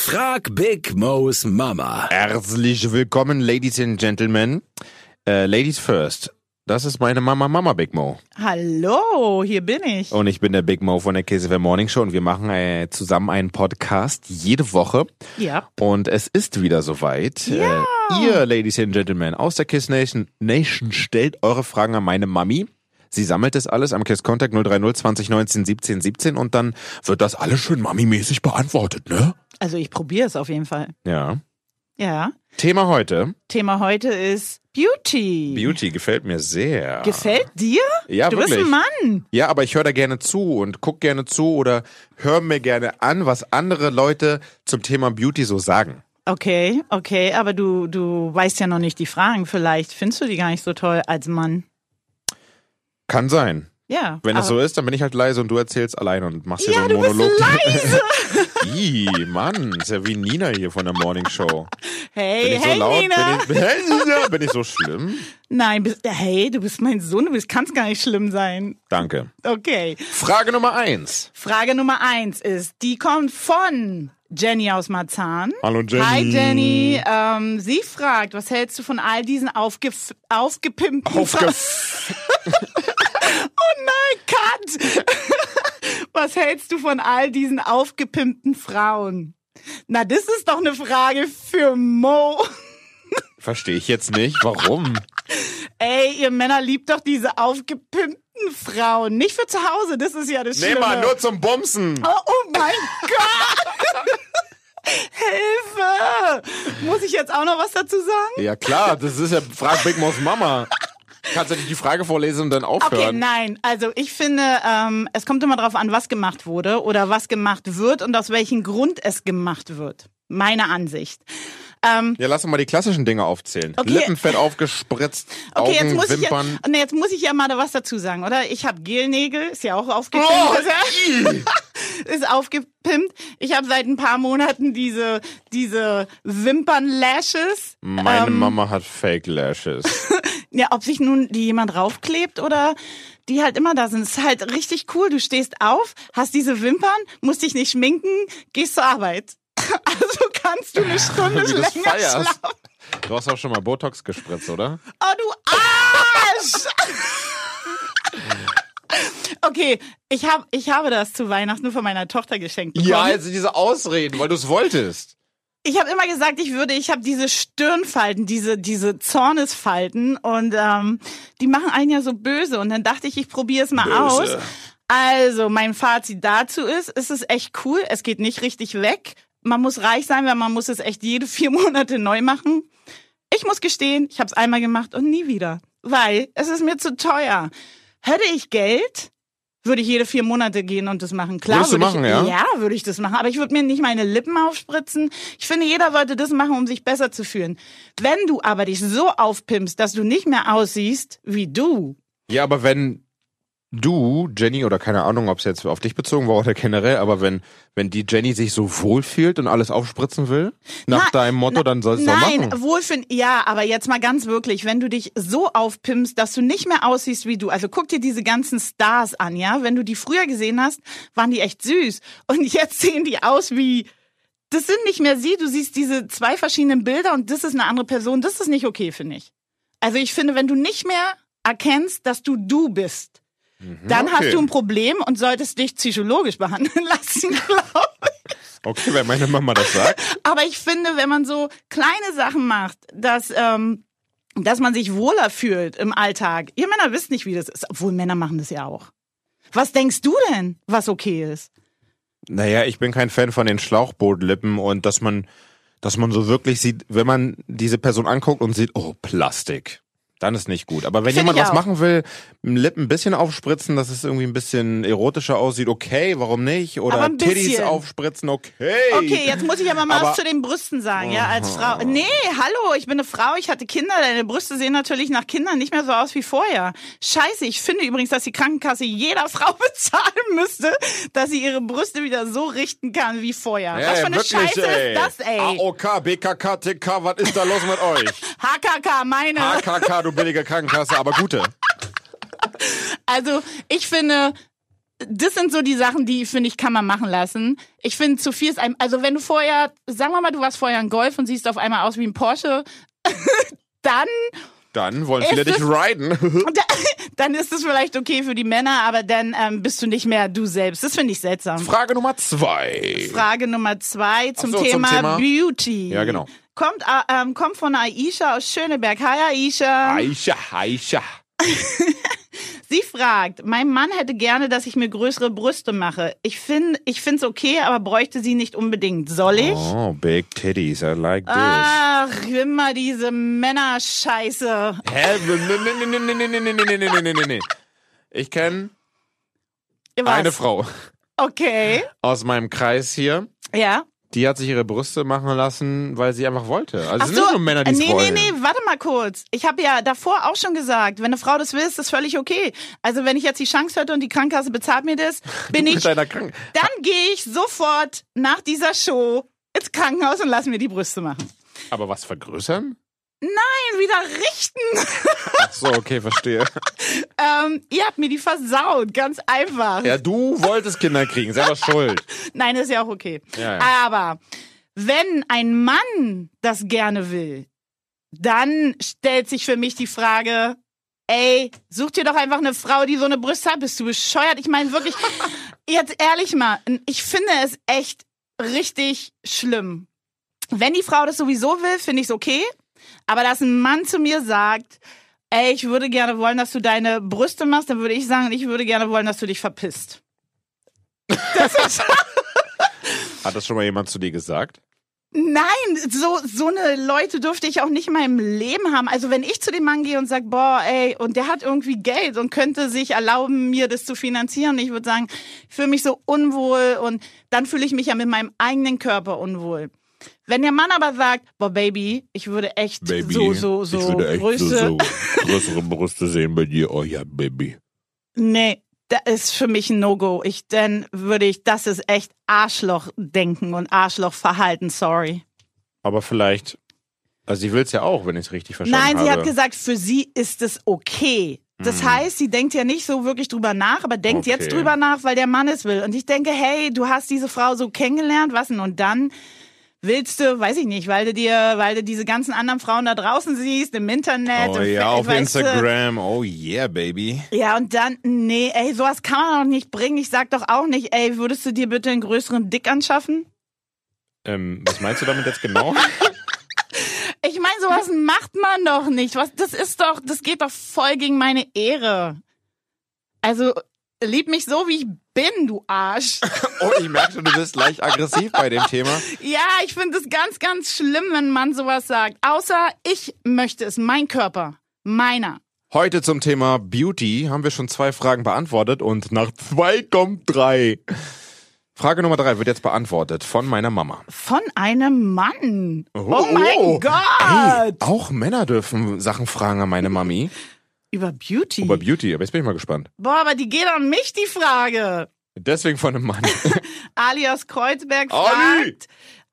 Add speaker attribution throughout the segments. Speaker 1: Frag Big Mo's Mama.
Speaker 2: Herzlich willkommen, Ladies and Gentlemen. Äh, Ladies first. Das ist meine Mama, Mama Big Mo.
Speaker 3: Hallo, hier bin ich.
Speaker 2: Und ich bin der Big Mo von der KSFM Morning Show und wir machen äh, zusammen einen Podcast jede Woche.
Speaker 3: Ja.
Speaker 2: Und es ist wieder soweit.
Speaker 3: Ja.
Speaker 2: Äh, ihr, Ladies and Gentlemen, aus der Kiss Nation, Nation stellt eure Fragen an meine Mami. Sie sammelt das alles am Kiss Contact 030 2019 17 17 und dann wird das alles schön Mami-mäßig beantwortet, ne?
Speaker 3: Also ich probiere es auf jeden Fall.
Speaker 2: Ja.
Speaker 3: Ja.
Speaker 2: Thema heute.
Speaker 3: Thema heute ist Beauty.
Speaker 2: Beauty gefällt mir sehr.
Speaker 3: Gefällt dir?
Speaker 2: Ja,
Speaker 3: du bist
Speaker 2: wirklich.
Speaker 3: ein Mann.
Speaker 2: Ja, aber ich höre da gerne zu und guck gerne zu oder höre mir gerne an, was andere Leute zum Thema Beauty so sagen.
Speaker 3: Okay, okay, aber du, du weißt ja noch nicht die Fragen. Vielleicht findest du die gar nicht so toll als Mann.
Speaker 2: Kann sein.
Speaker 3: Ja.
Speaker 2: Wenn das
Speaker 3: aber-
Speaker 2: so ist, dann bin ich halt leise und du erzählst allein und machst hier
Speaker 3: Ah. Ja,
Speaker 2: so einen
Speaker 3: du bist
Speaker 2: Monolog.
Speaker 3: leise.
Speaker 2: Ih, Mann, ist ja wie Nina hier von der Morning Show. Bin
Speaker 3: Hey,
Speaker 2: ich
Speaker 3: hey,
Speaker 2: so laut?
Speaker 3: Nina.
Speaker 2: Bin, ich, hey, Nina, bin ich so schlimm?
Speaker 3: Nein, bist, hey, du bist mein Sohn, du bist, kannst gar nicht schlimm sein.
Speaker 2: Danke.
Speaker 3: Okay.
Speaker 2: Frage Nummer eins.
Speaker 3: Frage Nummer eins ist, die kommt von Jenny aus Marzahn.
Speaker 2: Hallo, Jenny.
Speaker 3: Hi Jenny. Ähm, sie fragt, was hältst du von all diesen aufgef aufgepimpten Fra-
Speaker 2: Aufgef
Speaker 3: Oh nein, Cut! was hältst du von all diesen aufgepimpten Frauen? Na, das ist doch eine Frage für Mo.
Speaker 2: Verstehe ich jetzt nicht. Warum?
Speaker 3: Ey, ihr Männer liebt doch diese aufgepimpten Frauen. Nicht für zu Hause, das ist ja das
Speaker 2: Nee,
Speaker 3: Schlimme.
Speaker 2: mal, nur zum Bumsen.
Speaker 3: Oh, oh mein Gott! Hilfe! Muss ich jetzt auch noch was dazu sagen?
Speaker 2: Ja klar, das ist ja Frag Big Mo's Mama. Kannst du nicht die Frage vorlesen und dann
Speaker 3: Okay,
Speaker 2: aufhören?
Speaker 3: nein. Also ich finde, ähm, es kommt immer darauf an, was gemacht wurde oder was gemacht wird und aus welchem Grund es gemacht wird. Meine Ansicht. Ähm,
Speaker 2: ja, lass uns mal die klassischen Dinge aufzählen.
Speaker 3: Okay.
Speaker 2: Lippenfett aufgespritzt,
Speaker 3: okay,
Speaker 2: Augen,
Speaker 3: jetzt muss ich ja,
Speaker 2: Wimpern.
Speaker 3: nee, jetzt muss ich ja mal da was dazu sagen, oder? Ich habe Gelnägel, ist ja auch aufgepimpt.
Speaker 2: Oh,
Speaker 3: ist ja-
Speaker 2: ih.
Speaker 3: ist aufgepimpt. Ich habe seit ein paar Monaten diese diese Wimpern-Lashes.
Speaker 2: Meine
Speaker 3: Ähm,
Speaker 2: Mama hat Fake Lashes.
Speaker 3: Ja, ob sich nun die jemand raufklebt oder die halt immer da sind. Ist halt richtig cool. Du stehst auf, hast diese Wimpern, musst dich nicht schminken, gehst zur Arbeit. Also kannst du eine Stunde
Speaker 2: Wie du
Speaker 3: länger
Speaker 2: das feierst.
Speaker 3: schlafen.
Speaker 2: Du hast auch schon mal Botox gespritzt, oder?
Speaker 3: Oh, du Arsch! Okay, ich, hab, ich habe das zu Weihnachten von meiner Tochter geschenkt bekommen.
Speaker 2: Ja, also diese Ausreden, weil du es wolltest.
Speaker 3: Ich habe immer gesagt, ich würde, ich habe diese Stirnfalten, diese diese Zornesfalten und ähm, die machen einen ja so böse. Und dann dachte ich, ich probiere es mal
Speaker 2: Böse.
Speaker 3: aus. Also mein Fazit dazu ist, es ist echt cool. Es geht nicht richtig weg. Man muss reich sein, weil man muss es echt jede vier Monate neu machen. Ich muss gestehen, ich habe es einmal gemacht und nie wieder, weil es ist mir zu teuer. Hätte ich Geld, würde ich jede vier Monate gehen und das machen. Klar,
Speaker 2: Würdest du
Speaker 3: würde
Speaker 2: machen,
Speaker 3: ich,
Speaker 2: ja?
Speaker 3: Ja, würde ich das machen. Aber ich würde mir nicht meine Lippen aufspritzen. Ich finde, jeder sollte das machen, um sich besser zu fühlen. Wenn du aber dich so aufpimpst, dass du nicht mehr aussiehst wie du,
Speaker 2: Ja, aber wenn du, Jenny, oder keine Ahnung, ob es jetzt auf dich bezogen war oder generell, aber wenn, wenn die Jenny sich so wohl fühlt und alles aufspritzen will, nach
Speaker 3: Na-
Speaker 2: deinem Motto, dann soll es doch machen.
Speaker 3: Nein, wohlfühlen. Ja, aber jetzt mal ganz wirklich, wenn du dich so aufpimpst, dass du nicht mehr aussiehst wie du. Also guck dir diese ganzen Stars an, ja? Wenn du die früher gesehen hast, waren die echt süß. Und jetzt sehen die aus wie. Das sind nicht mehr sie. Du siehst diese zwei verschiedenen Bilder und das ist eine andere Person. Das ist nicht okay, finde ich. Also ich finde, wenn du nicht mehr erkennst, dass du du bist, dann
Speaker 2: Mhm, okay.
Speaker 3: hast du ein Problem und solltest dich psychologisch behandeln lassen, glaube ich.
Speaker 2: Okay, wenn meine Mama das sagt.
Speaker 3: Aber ich finde, wenn man so kleine Sachen macht, dass, ähm, dass man sich wohler fühlt im Alltag. Ihr Männer wisst nicht, wie das ist, obwohl Männer machen das ja auch. Was denkst du denn, was okay ist?
Speaker 2: Naja, ich bin kein Fan von den Schlauchbootlippen und dass man, dass man so wirklich sieht, wenn man diese Person anguckt und sieht, oh, Plastik. Dann ist nicht gut. Aber wenn
Speaker 3: Find
Speaker 2: jemand
Speaker 3: ich
Speaker 2: was
Speaker 3: auch.
Speaker 2: machen will, Lippen ein bisschen aufspritzen, dass es irgendwie ein bisschen erotischer aussieht, okay, warum nicht?
Speaker 3: Aber
Speaker 2: Oder
Speaker 3: ein
Speaker 2: Titties
Speaker 3: bisschen.
Speaker 2: aufspritzen, okay.
Speaker 3: Okay, jetzt muss ich aber mal
Speaker 2: Aber-
Speaker 3: was zu den Brüsten sagen, ja, als Frau. Nee, hallo, ich bin eine Frau, ich hatte Kinder, deine Brüste sehen natürlich nach Kindern nicht mehr so aus wie vorher. Scheiße, ich finde übrigens, dass die Krankenkasse jeder Frau bezahlen müsste, dass sie ihre Brüste wieder so richten kann wie vorher. was für eine Scheiße ist das, ey?
Speaker 2: AOK, BKK, TK, was ist da los mit euch?
Speaker 3: HKK, meine.
Speaker 2: AKK, du billige Krankenkasse, aber gute.
Speaker 3: Also ich finde, das sind so die Sachen, die, finde ich, kann man machen lassen. Ich finde, zu viel ist einem, also wenn du vorher, sagen wir mal, du warst vorher ein Golf und siehst auf einmal aus wie ein Porsche, dann,
Speaker 2: Dann wollen viele
Speaker 3: Es ist-
Speaker 2: dich riden.
Speaker 3: dann ist es vielleicht okay für die Männer, aber dann ähm, bist du nicht mehr du selbst. Das finde ich seltsam.
Speaker 2: Frage Nummer zwei.
Speaker 3: Frage Nummer zwei zum,
Speaker 2: so, zum
Speaker 3: Thema,
Speaker 2: Thema.
Speaker 3: Beauty.
Speaker 2: Ja, genau.
Speaker 3: Kommt, äh, ähm, kommt von Aisha aus Schöneberg. Hi Aisha.
Speaker 2: Aisha, Aisha.
Speaker 3: Sie fragt, mein Mann hätte gerne, dass ich mir größere Brüste mache. Ich finde ich find's okay, aber bräuchte sie nicht unbedingt. Soll ich?
Speaker 2: Oh, big titties, I like this.
Speaker 3: Ach, immer diese Männerscheiße.
Speaker 2: Hä? Nee, nee, nee, nee, nee, nee, nee, nee, nee, nee, nee, nee. Ich kenne
Speaker 3: Was?
Speaker 2: eine Frau
Speaker 3: Okay.
Speaker 2: aus meinem Kreis hier,
Speaker 3: Ja.
Speaker 2: die hat sich ihre Brüste machen lassen, weil sie einfach wollte. Also es sind
Speaker 3: so, Äh,
Speaker 2: nicht nur Männer, die es
Speaker 3: nee,
Speaker 2: wollen.
Speaker 3: nee, nee, warte mal kurz. Ich habe ja davor auch schon gesagt, wenn eine Frau das will, ist das völlig okay. Also wenn ich jetzt die Chance hätte und die Krankenkasse bezahlt mir das, bin ich,
Speaker 2: Mit deiner Krank
Speaker 3: dann gehe ich sofort nach dieser Show ins Krankenhaus und lass mir die Brüste machen.
Speaker 2: Aber was vergrößern?
Speaker 3: Nein, wieder richten.
Speaker 2: Ach so, okay, verstehe.
Speaker 3: Ähm, ihr habt mir die versaut, ganz einfach.
Speaker 2: Ja, du wolltest Kinder kriegen, selber schuld.
Speaker 3: Nein, ist ja auch okay.
Speaker 2: Ja, ja.
Speaker 3: Aber wenn ein Mann das gerne will, dann stellt sich für mich die Frage, ey, such dir doch einfach eine Frau, die so eine Brüste hat. Bist du bescheuert? Ich meine wirklich, jetzt ehrlich mal, ich finde es echt richtig schlimm. Wenn die Frau das sowieso will, finde ich es okay. Aber dass ein Mann zu mir sagt, ey, ich würde gerne wollen, dass du deine Brüste machst, dann würde ich sagen, ich würde gerne wollen, dass du dich verpisst. Das ist
Speaker 2: Hat das schon mal jemand zu dir gesagt?
Speaker 3: Nein, so so eine Leute durfte ich auch nicht in meinem Leben haben. Also wenn ich zu dem Mann gehe und sag, boah, ey, und der hat irgendwie Geld und könnte sich erlauben, mir das zu finanzieren, ich würde sagen, ich fühle mich so unwohl und dann fühle ich mich ja mit meinem eigenen Körper unwohl. Wenn der Mann aber sagt, boah, Baby, ich würde echt so so so Größe,
Speaker 2: größere Brüste sehen bei dir. Oh ja, Baby.
Speaker 3: nee, das ist für mich ein No-Go. Ich dann würde ich, das ist echt Arschlochdenken und Arschlochverhalten. Sorry.
Speaker 2: Aber vielleicht, also sie will es ja auch, wenn ich es richtig verstanden
Speaker 3: Nein,
Speaker 2: habe.
Speaker 3: sie hat gesagt, für sie ist es okay. Das heißt, sie denkt ja nicht so wirklich drüber nach, aber denkt
Speaker 2: Mhm. Okay.
Speaker 3: jetzt drüber nach, weil der Mann es will. Und ich denke, hey, du hast diese Frau so kennengelernt, was denn? Und dann willst du, weiß ich nicht, weil du dir, weil du diese ganzen anderen Frauen da draußen siehst, im Internet,
Speaker 2: Oh
Speaker 3: im
Speaker 2: ja,
Speaker 3: Fe-
Speaker 2: auf
Speaker 3: weißt du.
Speaker 2: Instagram. Oh yeah, Baby.
Speaker 3: Ja, und dann, nee, ey, sowas kann man doch nicht bringen. Ich sag doch auch nicht, ey, würdest du dir bitte einen größeren Dick anschaffen?
Speaker 2: Ähm, was meinst du damit jetzt genau?
Speaker 3: Ich meine, sowas macht man doch nicht. Was, das ist doch, das geht doch voll gegen meine Ehre. Also, lieb mich so, wie ich bin, du Arsch.
Speaker 2: oh, ich merke schon, du bist leicht aggressiv bei dem Thema.
Speaker 3: ja, ich finde es ganz, ganz schlimm, wenn ein Mann sowas sagt. Außer ich möchte es, mein Körper, meiner.
Speaker 2: Heute zum Thema Beauty haben wir schon zwei Fragen beantwortet und nach zwei kommt drei. Frage Nummer drei wird jetzt beantwortet von meiner Mama.
Speaker 3: Von einem Mann. Oh,
Speaker 2: oh.
Speaker 3: mein Gott.
Speaker 2: Ey, auch Männer dürfen Sachen fragen an meine Mami.
Speaker 3: Über Beauty.
Speaker 2: Über Beauty, aber jetzt bin ich mal gespannt.
Speaker 3: Boah, aber die geht an mich, die Frage.
Speaker 2: Deswegen von einem Mann.
Speaker 3: alias Kreuzberg
Speaker 2: Ali!
Speaker 3: fragt,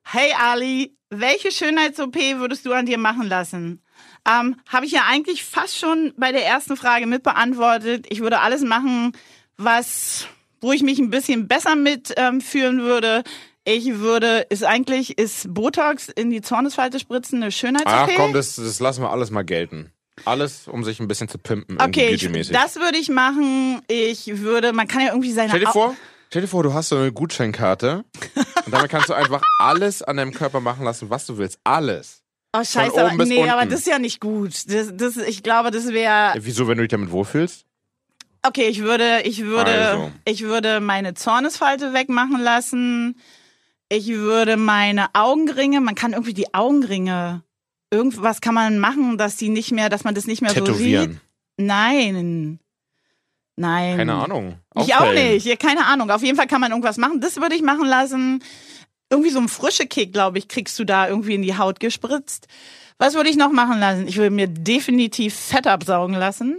Speaker 3: hey Ali, welche Schönheits-OP würdest du an dir machen lassen? Ähm, Habe ich ja eigentlich fast schon bei der ersten Frage mit beantwortet. Ich würde alles machen, was, wo ich mich ein bisschen besser mitfühlen ähm, fühlen würde. Ich würde, ist eigentlich, ist Botox in die Zornesfalte spritzen eine Schönheits-OP?
Speaker 2: Ach komm, das, das lassen wir alles mal gelten. Alles, um sich ein bisschen zu pimpen, irgendwie
Speaker 3: okay, ich,
Speaker 2: beautymäßig.
Speaker 3: das würde ich machen. Ich würde, man kann ja irgendwie seine
Speaker 2: Stell dir
Speaker 3: Au-
Speaker 2: vor, stell dir vor, du hast so eine Gutscheinkarte und damit kannst du einfach alles an deinem Körper machen lassen, was du willst. Alles.
Speaker 3: Oh, scheiße,
Speaker 2: oben
Speaker 3: aber,
Speaker 2: bis
Speaker 3: nee, aber
Speaker 2: unten.
Speaker 3: das ist ja nicht gut. Das, das, ich glaube, das wäre
Speaker 2: Äh, Wieso, wenn du dich damit wohlfühlst?
Speaker 3: Okay, ich würde, ich würde,
Speaker 2: Also.
Speaker 3: ich würde meine Zornesfalte wegmachen lassen. Ich würde meine Augenringe, man kann irgendwie die Augenringe, irgendwas kann man machen, dass die nicht mehr, dass man das nicht mehr so sieht.
Speaker 2: Tätowieren.
Speaker 3: Nein. Nein.
Speaker 2: Keine Ahnung.
Speaker 3: Ich auch
Speaker 2: Aufpellen.
Speaker 3: nicht. Ja, keine Ahnung. Auf jeden Fall kann man irgendwas machen. Das würde ich machen lassen. Irgendwie so ein frische Kick, glaube ich, kriegst du da irgendwie in die Haut gespritzt. Was würde ich noch machen lassen? Ich würde mir definitiv Fett absaugen lassen.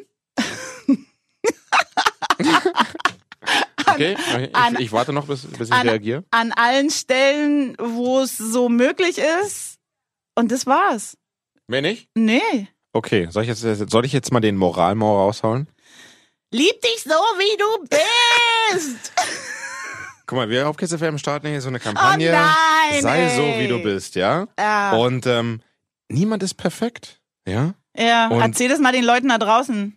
Speaker 2: Okay, ich, ich warte noch, bis, bis ich
Speaker 3: an-
Speaker 2: reagiere.
Speaker 3: an allen Stellen, wo es so möglich ist. Und das war's.
Speaker 2: Wenn nicht?
Speaker 3: Nee.
Speaker 2: Okay, soll ich jetzt, soll ich jetzt mal den Moralmauer raushauen?
Speaker 3: Lieb dich so, wie du bist.
Speaker 2: Guck mal, wir auf Kiss FM starten hier so eine Kampagne.
Speaker 3: Oh nein,
Speaker 2: Sei
Speaker 3: ey. Ah.
Speaker 2: so, wie du bist, ja?
Speaker 3: Ja.
Speaker 2: Und ähm, niemand ist perfekt, ja?
Speaker 3: ja,
Speaker 2: Und-
Speaker 3: erzähl das mal den Leuten da draußen.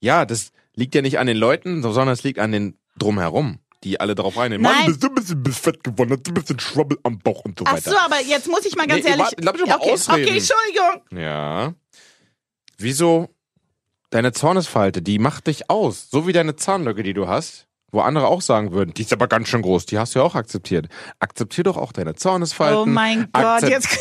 Speaker 2: Ja, das liegt ja nicht an den Leuten, sondern es liegt an den drumherum, die alle drauf reinnehmen.
Speaker 3: Nein.
Speaker 2: Mann, bist du ein bisschen bist fett geworden, hast du ein bisschen Schwabbel am Bauch und so
Speaker 3: Ach
Speaker 2: weiter.
Speaker 3: so, aber jetzt muss ich mal ganz
Speaker 2: Nee,
Speaker 3: ehrlich.
Speaker 2: warte, lass mich doch mal
Speaker 3: okay.
Speaker 2: ausreden.
Speaker 3: okay, Entschuldigung.
Speaker 2: Ja. Wieso deine Zornesfalte, die macht dich aus, so wie deine Zahnlücke, die du hast, wo andere auch sagen würden, die ist aber ganz schön groß, die hast du ja auch akzeptiert. Akzeptier doch auch deine Zornesfalten.
Speaker 3: Oh mein Gott,
Speaker 2: Akzep-
Speaker 3: jetzt.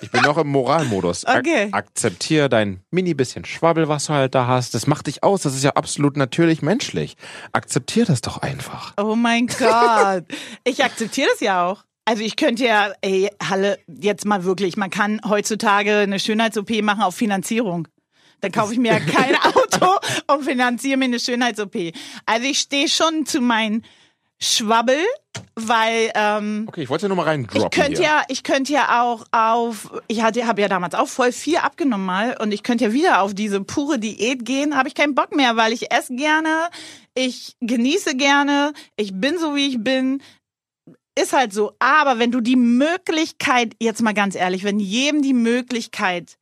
Speaker 2: Ich bin noch im Moralmodus. Ak
Speaker 3: Okay.
Speaker 2: Akzeptier dein mini bisschen Schwabbel, was du halt da hast. Das macht dich aus. Das ist ja absolut natürlich menschlich. Akzeptier das doch einfach.
Speaker 3: Oh mein Gott. Ich akzeptiere das ja auch. Also ich könnte ja, ey, Halle, jetzt mal wirklich, man kann heutzutage eine Schönheits-OP machen auf Finanzierung. Dann kaufe ich mir ja kein Auto und finanziere mir eine Schönheits-OP. Also ich stehe schon zu meinen Schwabbel, weil ähm,
Speaker 2: Okay, ich wollte nur mal rein droppen.
Speaker 3: ich könnte
Speaker 2: hier.
Speaker 3: ja, ich könnte ja auch auf, ich hatte, habe ja damals auch voll viel abgenommen mal und ich könnte ja wieder auf diese pure Diät gehen, habe ich keinen Bock mehr, weil ich esse gerne, ich genieße gerne, ich bin so wie ich bin. Ist halt so. Aber wenn du die Möglichkeit, jetzt mal ganz ehrlich, wenn jedem die Möglichkeit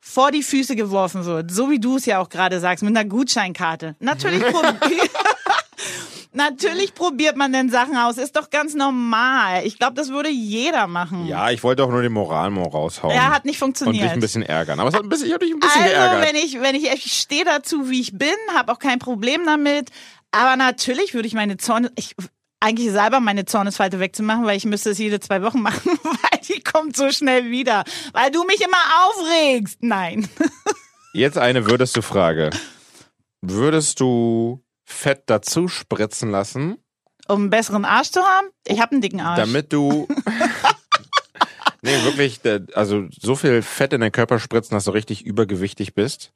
Speaker 3: vor die Füße geworfen wird, so wie du es ja auch gerade sagst, mit einer Gutscheinkarte, natürlich probier, Natürlich probiert man denn Sachen aus. Ist doch ganz normal. Ich glaube, das würde jeder machen.
Speaker 2: Ja, ich wollte auch nur den Moralmo raushauen.
Speaker 3: Er hat nicht
Speaker 2: und dich
Speaker 3: funktioniert.
Speaker 2: ein bisschen ärgern. Aber es hat ein bisschen, ich hab dich ein bisschen
Speaker 3: also,
Speaker 2: geärgert.
Speaker 3: wenn ich, wenn ich, ich stehe dazu, wie ich bin, habe auch kein Problem damit. Aber natürlich würde ich meine Zorn, ich, eigentlich selber meine Zornesfalte wegzumachen, weil ich müsste es jede zwei Wochen machen, weil die kommt so schnell wieder. Weil du mich immer aufregst. Nein.
Speaker 2: Jetzt eine würdest du Frage. Würdest du Fett dazu spritzen lassen,
Speaker 3: Um einen besseren Arsch zu haben? Ich habe einen dicken Arsch.
Speaker 2: damit du. nee, wirklich, da- also so viel Fett in deinen Körper spritzen, dass du richtig übergewichtig bist.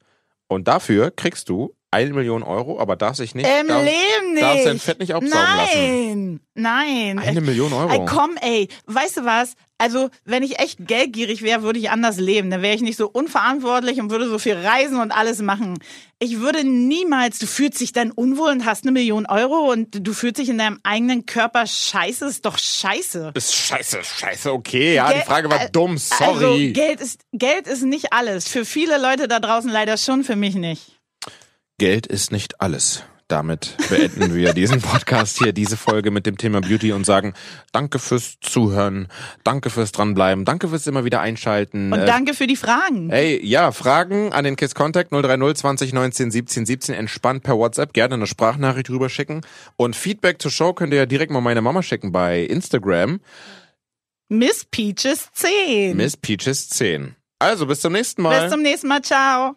Speaker 2: Und dafür kriegst du eine Million Euro, aber darfst dich nicht.
Speaker 3: Im
Speaker 2: darf-
Speaker 3: Leben nicht.
Speaker 2: darfst dein Fett nicht absaugen lassen.
Speaker 3: Nein. Nein.
Speaker 2: Eine Million
Speaker 3: Ey,
Speaker 2: Euro.
Speaker 3: komm, ey, weißt du was? Also, wenn ich echt geldgierig wäre, würde ich anders leben. Dann wäre ich nicht so unverantwortlich und würde so viel reisen und alles machen. Ich würde niemals, du fühlst dich dann unwohl und hast eine Million Euro und du fühlst dich in deinem eigenen Körper scheiße, ist doch scheiße.
Speaker 2: Ist scheiße, scheiße, okay. Ja,
Speaker 3: Gel-
Speaker 2: die Frage war
Speaker 3: äh,
Speaker 2: dumm, sorry.
Speaker 3: Also, Geld ist, Geld ist nicht alles. Für viele Leute da draußen leider schon, für mich nicht.
Speaker 2: Geld ist nicht alles. Damit beenden wir diesen Podcast hier, diese Folge mit dem Thema Beauty und sagen Danke fürs Zuhören, danke fürs dranbleiben, danke fürs immer wieder einschalten.
Speaker 3: Und
Speaker 2: Äh,
Speaker 3: danke für die Fragen.
Speaker 2: Ey, ja, Fragen an den Kiss Contact 030 20 19 17 17 entspannt per WhatsApp. Gerne eine Sprachnachricht rüber schicken. Und Feedback zur Show könnt ihr ja direkt mal meine Mama schicken bei Instagram.
Speaker 3: Miss Peaches 10.
Speaker 2: Miss Peaches 10. Also Mhm. bis zum nächsten Mal.
Speaker 3: Bis zum nächsten Mal. Ciao.